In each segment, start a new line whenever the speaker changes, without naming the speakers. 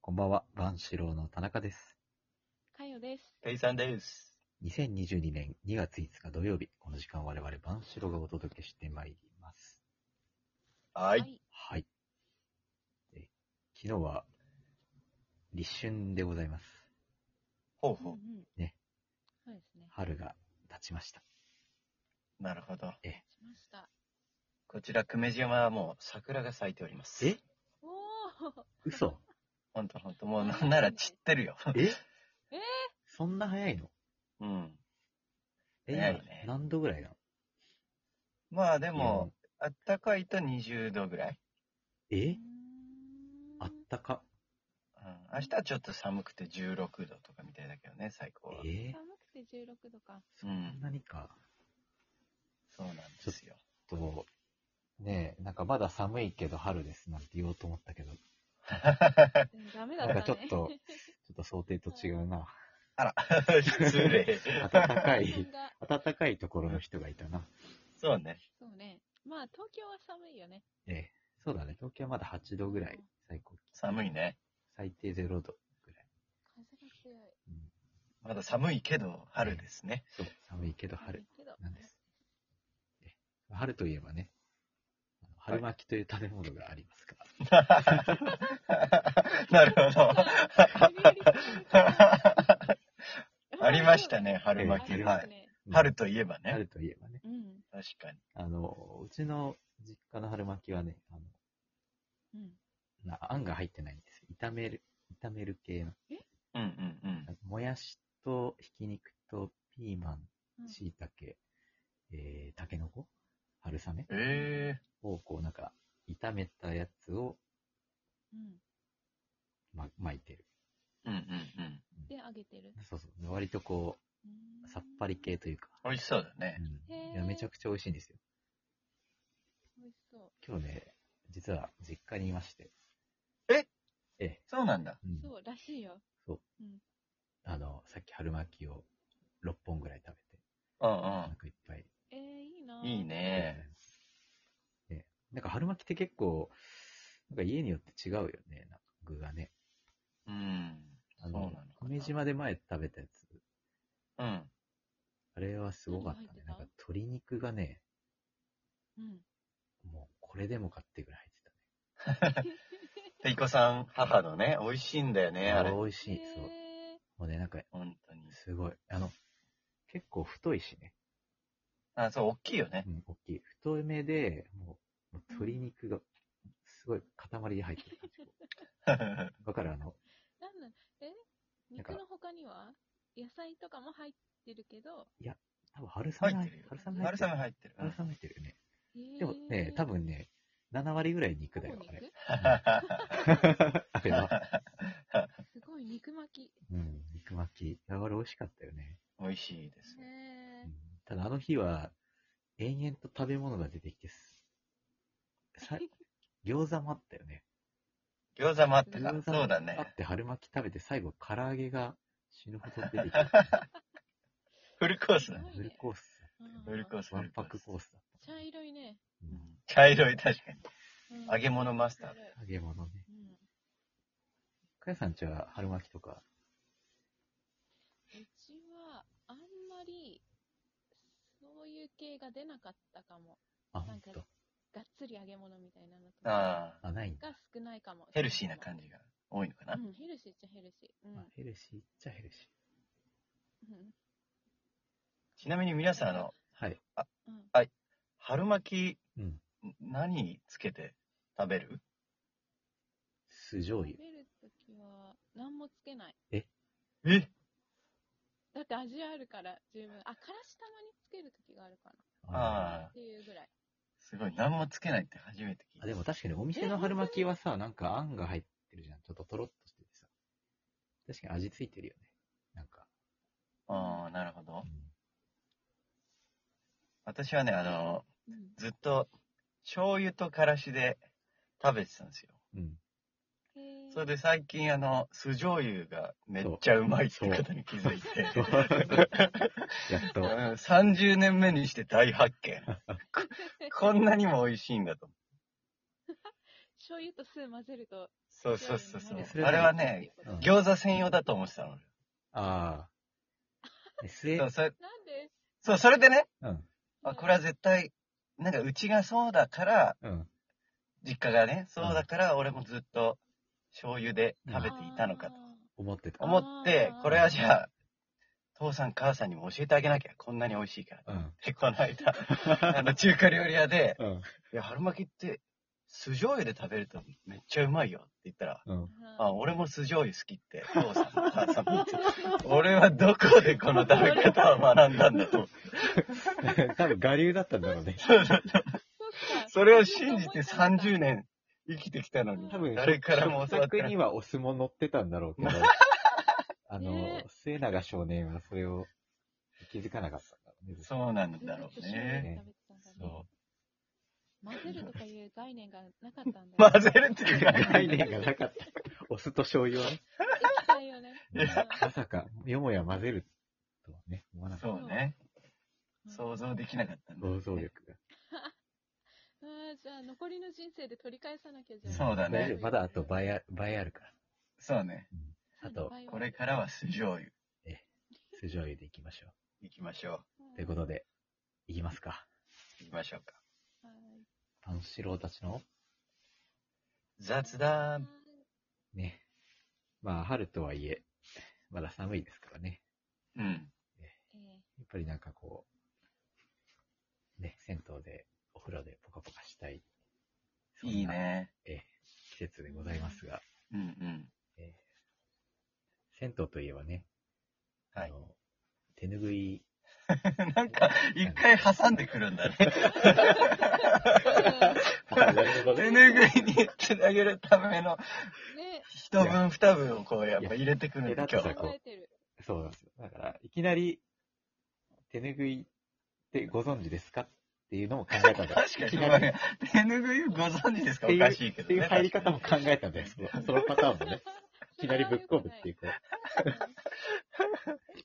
こんばんは、万志郎の田中です。
かよです。
ペイさんです。
2022年2月5日土曜日、この時間我々万志郎がお届けしてまいります。
は。
はいい。
はい。え昨日は、立春でございます。
ほう
うんう
ほ
ん。
ね。
そうですね。
春が経ちました。
う。なるほど。
しました。
こちら、久米島はもう桜が咲いております。
え
おお。
嘘
ほんとほんと。もうなんなら散ってるよ。
えそんな早いの
うん。
え、
早い
今
ね
何度ぐらいなの
まあでも、あったかいと20度ぐらい。
え
うーん
あったか。
うん。明日はちょっと寒くて16度とかみたいだけどね、最高は。
え
寒くて16度か。
そ
うん
んなにか。
そうなんですよ。
と、ねえ、なんかまだ寒いけど春ですなんて言おうと思ったけど、
でもダメだ
な
っ
ん
た
か
ね。
ちょっと、ちょっと想定と違うな。
あら、失 礼。
暖か
気
い
温、が
暖かいところの人がいたな。
そうね。
そうね。まあ東京は寒いよね。
ええ、そうだね、東京はまだ8度ぐらい、最高気温。
寒いね。
最低0度ぐらい。
風が強い。
まだ寒いけど、春ですね。
そう、寒いけど春
寒い。けど。
なんです。え春といえばね、あの春巻きという食べ物がありますから。
なる ほど。 ありました
ね。
ね、春
あ
巻き。
り
は
ま
い
す。ね。
うん
春といえばね。
春といえばね。
うん。
確かに。
あの、うちの実家の春巻きはね、あの
うん。
なあんが入ってないんですよ。炒める、炒める系の。
うんうんうん。
もやしとひき肉とピーマ
う
ン、
ん
しいたけ、えー、たけのこ春雨
え
を、こうなんか、炒めたやつを、
うん。
ま、巻いてる。
えうんうんうん。
で、揚げてる。
そうそう。割とこ
うー
う、
ん
さっぱり。系というか、
美味しそうだ
う
ね。
ん
へー
いやめちゃくちゃ美味しいんですよ。
美味しそう。
今日ね、実は実家にいまして、
そうなんだ。
うん
そうらしいよ。
あの、さっき春巻きを6本ぐらい食べて、
うん
お腹いっぱい
えー、いいな
うん。いい。ね。
ねなんか春巻きって結構、なんか家によって違うよね、なんか具がね。
うん。
あ
そうな
の
のか、な
久米島で前食べたやつ、
うん。
あれはすごかったね。な
何
ん
が入って
か
た
鶏肉がね、
うん。
もうこれでもかってぐらい入って
で、いこさん、母のね、美味しいんだよね、あ
た
れ
ね。。美味しい、
へー
そう。もうね、なんか、
本当に。
すごい。あの、結構太いしね。
あ、そう、大きいよね
う。ん、大きい。太めで、もう、もう鶏肉が、すごい塊で入ってる感じ。だからあの、
なんなんえ
なんか
肉の他には野菜とかも入ってるけど、
多分春雨、
入っ
春
てるよ
雨入っ
春
てる
雨。入ってる。
春雨入ってるよね。
えー
でもね、多分ね、7割ぐらい肉だよ、
ほぼ
あれ。
肉
あれは。
すごい肉巻き。
うん、肉巻き。いや、あれ美味しかったよね。
美味しいです。
へ
う
ー
んただあの日は、延々と食べ物が出てきてす、さ餃子もあったよね。
餃子もあった
餃。
か
子も
そうだ
あ
ね
っ。て春巻き食べて、最後唐揚げが死ぬほど出てきた。
フルコース
す
だ
ごい
ね。
ね
フルコース
うん
フルコース。
だ。わんぱくコー
ス。
スだった。
茶色いね。
うん
茶色い、確かに。
うん
揚げ物マスター
茶色い
揚げ物ね。
うん
かやさんちは春巻きとか、
うちは、あんまり、そういう系が出なかったかも。
あ、
な
ほ
ん
ん
か
と。
がっつり揚げ物みたいなのとか
ああ、
あ、ないんだ。
が少ないかも。
ヘルシーな感じが多いのかな。
うん、ヘルシーっちゃヘルシー。うん
あヘルシーっちゃヘルシ
うん
ちなみに皆さん、あの、
ー。はい。
うん
春巻
うん。
き、何つけて食べる
酢醤油
食。べるときは、何もつけない。
え
だって味あるから、十分。あ、からしたまにつけるときがあるかな。
あ
っていうぐらい。
すごい。何もつけないって初めて聞い
あ
た。
でも確かにお店の春巻きはさ、なんかあんが入ってるじゃん。ちょっととろっとしててさ。確かに味ついてるよね。なんか。
ああ、なるほど
うん。
私はね、あの、
うん。
ずっと醤油とからしで食べてたんですよ。
うん。
へー
それで最近、あの、酢醤油がめっちゃうまいってことに気づいて、
やっ と。
うん30年目にして大発見。こんなにも美味しいんだと。
醤油と酢混ぜると、
そうそうそうそ
いや
料
それ
う。
理
は
あ
に
れ
な
は
る
うん
ってい、うことなん
ね
で
餃子専用だと思ってたの。
ああ。ね末
そう、それ、
い
そう、それでね、
うん、
あ、これは絶対、なんかうちがそうだから、
うん。
実家がね、そうだから俺もずっと醤油で食べていたのかと
思ってた。
思って
あ、ー
これはじゃあ、父さん母さんにも教えてあげなきゃ、こんなに美味しいから。
うん。
で、この 間、あの中華料理屋で、
うん。
いや、春巻きって酢醤油で食べるとめっちゃうまいよって言ったら、
うん。
あ
あ、俺も酢醤油好き って、父さんも母さんも言って俺はどこでこの食べ方を学んだん だと。
多分、我流だったんだろう ね。
それを信じて30年生きてきたのに
多分、、
誰からも教わっ
食
て
卓
ない
に。はお酢も乗ってたんだろうけど、 あの
ね、
末永少年はそれを気づかなかったんだろうね。ずっと
そうなんだろうね。
そ
混ぜるとかいう概念がなかったんだね。
混ぜるっていう
う。概念がなかった。 お酢と醤油はね。
液体を ね。
いや
まさか、よもや混ぜるとはね、思わなかっ
そうね。
うん
想像できなかったん
た。
だ。
想像力が。
あーじゃあ、残りの人生で取り返さなきゃじゃ
そうだね
大丈夫まだあと倍あ倍あるから。
そうね。
あと、
これからは酢醤油。
酢醤油でいきましょ
いきましょ
う。ということで、いきますか。
う。いきましょうか。
と。はい
パンシローたちの、
雑談。
ね。まあ、春とはいえ、まだ寒いですからね。
うん。
えー
やっぱりなんかこう、ね、銭湯で、お風呂でポカポカしたい。そんない
い。ね。
季節でございますが、
うんうん。
えー銭湯といえばね、
は
あ
い。
の、手ぬぐい、
なんか、一回挟んでくるんだ ね。 手ぬぐいにつなげるための
ね、
一分二分をこう、やっぱ入れてくるんだ
いや
今
だっ
日
て。こう
覚えてる。
そうなんですよ。だから、いきなり、手ぬぐいってご存知ですかっていうのも考えたんだよ。
確か
い
に、
き
ご
な
め
り
ん手ぬぐいご存知ですか
ってい
お
う
かしいけ
っ
ど
て
ね。
いう入り方も考えたんだよ。
確
そのそのパターンも ね。いきなりぶっ込むっていう、こう、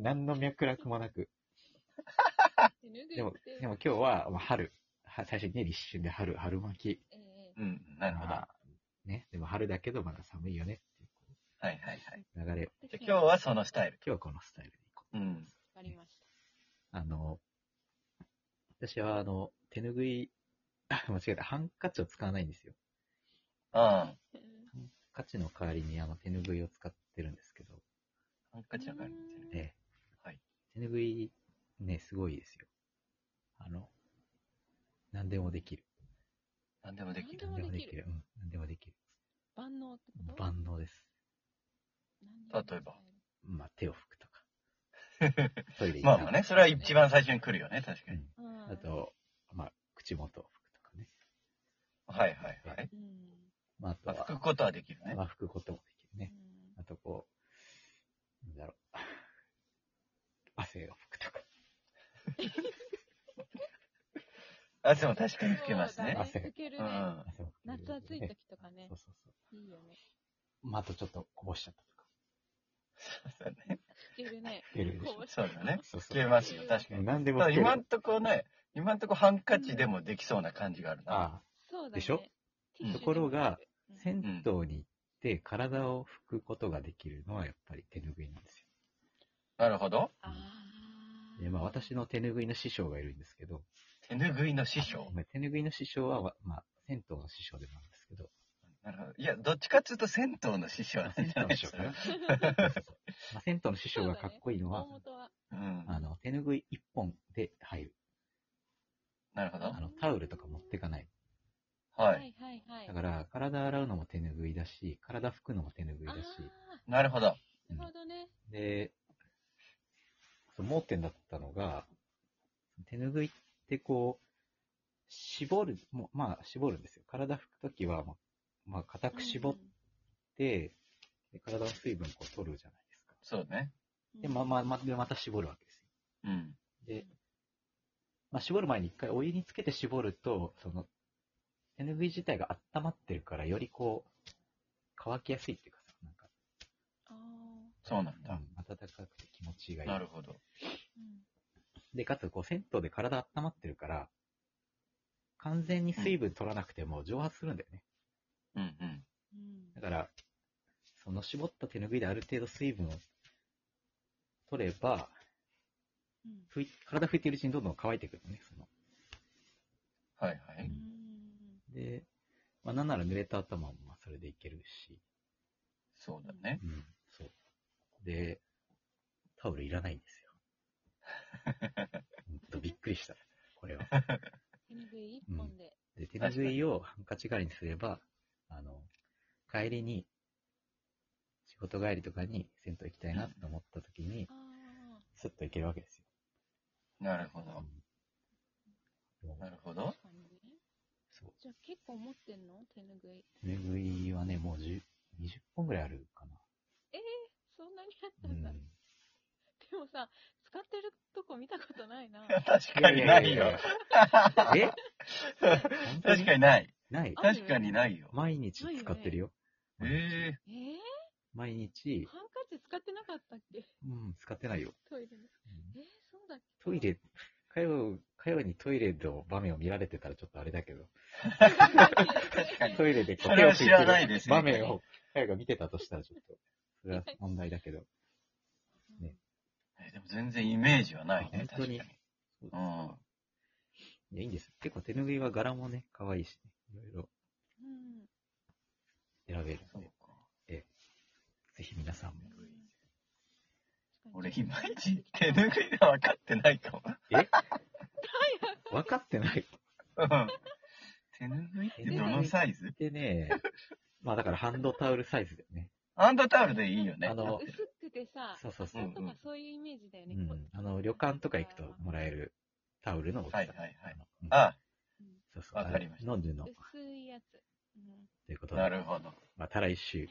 何の脈絡もなく。でも、でも今日は、まあ、春。は最初に立春で春、春巻き。
ええ
かにうん、なるほど。は
まだね。でも春だけどまだ寒いよねっていうこ
いはいはい。
う流れ。
じゃあ今日はそのスタイル。
今日はこのスタイルでいこ
うん。
わかりまし
う。あの、私はあの、手ぬぐい、あ、間違えた。ハンカチを使わないんですよ。
うん。ハ
た。うん
ハンカチの代わりにあの手ぬぐいを使ってるんですけど、
ンカチの代わりにね
ええ。
はい。
手ぬぐい、ね、すごいですよ。あの、何でもできる。
何でもできる。
何でもできる。
うん。何でもできる。
万能ってこと
万能です。
例えば。
まあ、手を拭くとか。トイレ行
ま
っ
あ
た
まあね、それは一番最初に来るよね、確かに。
うん
あ、と、まあ、口元を拭くとかね。
はいはいはい。
うん
まあ、あと
まあ、
は
拭、くことはできるね。
まあ、拭くこともできる
う
ね。
ん
あと、こう、なんだろう。 汗を拭くとか。
汗も確かに拭けます
そう
ね
だ。
汗
拭ける
う
ね。
ん。
汗を拭く
夏暑い時
ね
とかね
そう。そうそ
いいよね。
う。まあ、あとちょっとこぼしちゃったとか。
そうだね。
拭けるね。
出るでしょ
こ。
そうだね。
そうそ
拭
う。
けますよ、確かに。
何で
た
も拭
だ
ける
今んとこね、今んとこハンカチでもできそうな感じがあるな。
ああ、
そうだね。
でしょ
ティッシュでも
ところが
うん、
銭湯に行って体を拭くことができるのはやっぱり手ぬぐいなんですよ。
なるほど。
あー
でまあ、私の手ぬぐいの師匠がいるんですけど、
手ぬぐいの師匠。
まあ手ぬぐいの師匠は、まあ、銭湯の師匠でもあるんですけど、
なるほど。いや、どっちかっていうと銭湯の師匠
まあ、 銭
じ
湯
ゃ
の
ない
師
で
匠
す
か
か
な。。まあ、銭湯の師匠がかっこいいのは
大、元は。
うん。
あの、手ぬぐい一本で入る。
なるほど
あ。の、タオルとか持ってかない。
は
はい。
いはいはい。
だから、体洗うのも手ぬぐいだし、体拭くのも手ぬぐいだ
あ
し、
なるほど。
ーなるほどね。
で、そう盲点だったのが、手ぬぐいってこう、絞る、もうまあ、絞るんですよ。体拭くときは、まあ、まあ、固く絞っ
う
て、で体の水分こう取るじゃないですか。
そうね。
ん
で、まあまあ、まあ、でまた絞るわけですよ。
うん。
で、まあ、絞る前に一回お湯につけて絞ると、その、手ぬぐい自体が温まってるから、よりこう、乾きやすいっていうかさ、なんか、
あー
そうなんだ。
うん暖かくて気持ちがいい
な。るほど。
うん
で、かつ、こう、銭湯で体温まってるから、完全に水分取らなくても蒸発するんだよね。
うんうん。
うん
だから、その絞った手拭いである程度水分を取れば、
うん
拭い体拭いているうちにどんどん乾いてくるのね。その
はいは
う
い。
ん
で、まあ、なんなら濡れた頭もまあそれでいけるし、
そうだね。
うん、そう。で、タオルいらないんです よ。ほんとびっくりした。こ れは。
手ぬぐい一本で。
で、手拭いをハンカチ代わりにすれば、あの、帰りに、仕事帰りとかに銭湯行きたいなと思った時に、
ああ、
スッと行けるわけですよ。
なるほ
う
ど。
んもう
なるほど。
確かにね。
そう。
じゃあ結構持ってんの手ぬぐい。
手拭いはね、もう10 20本ぐらいあるか
そんなにあった
な。
んだ。
うん
でもさ、使ってるとこ見たことない な。
確かにないよ。。
え
確か
に。
にない。
ない。
ある
確かにないよ。
毎日使ってるよ。
ええ
えー、
毎日、
ハンカチ使ってなかったっけ
うん、使ってないよ。
トイレの。
うん
えー、そうだっけ
トイレ、かよ、かよにトイレの場面を見られてたらちょっとあれだけど、
確かに。
トイレでこ
それは知らないですね
場面をかよが見てたとしたらちょっと、それは問題だけど、ね
えでも全然イメージはないね。
本当
確か
に
に。うん。
いや、いいんです。結構手拭いは柄もね、可愛いしね、いろ
うん。
いろ選べる
そ
の
う
で、
か。
ぜひ皆さんも。
俺、いまいち手ぬぐいが分かってないかも。
分かってない。
うん手ぬぐいってどのサイズ
でね、まあだからハンドタオルサイズだよね。
ハンドタオルでいいよね。
あの
薄くてさ、
そうそうそう
朝とかそういうイメージだよ
う
ね。
ん
こう。
あの、旅館とか行くともらえるタオルの大きさ。
はいはいはい
うん
あ、
うん
そうそう。
わかりました
飲んでの。
薄いやつ。うん
ということ
な
で、
るほど。
また来週。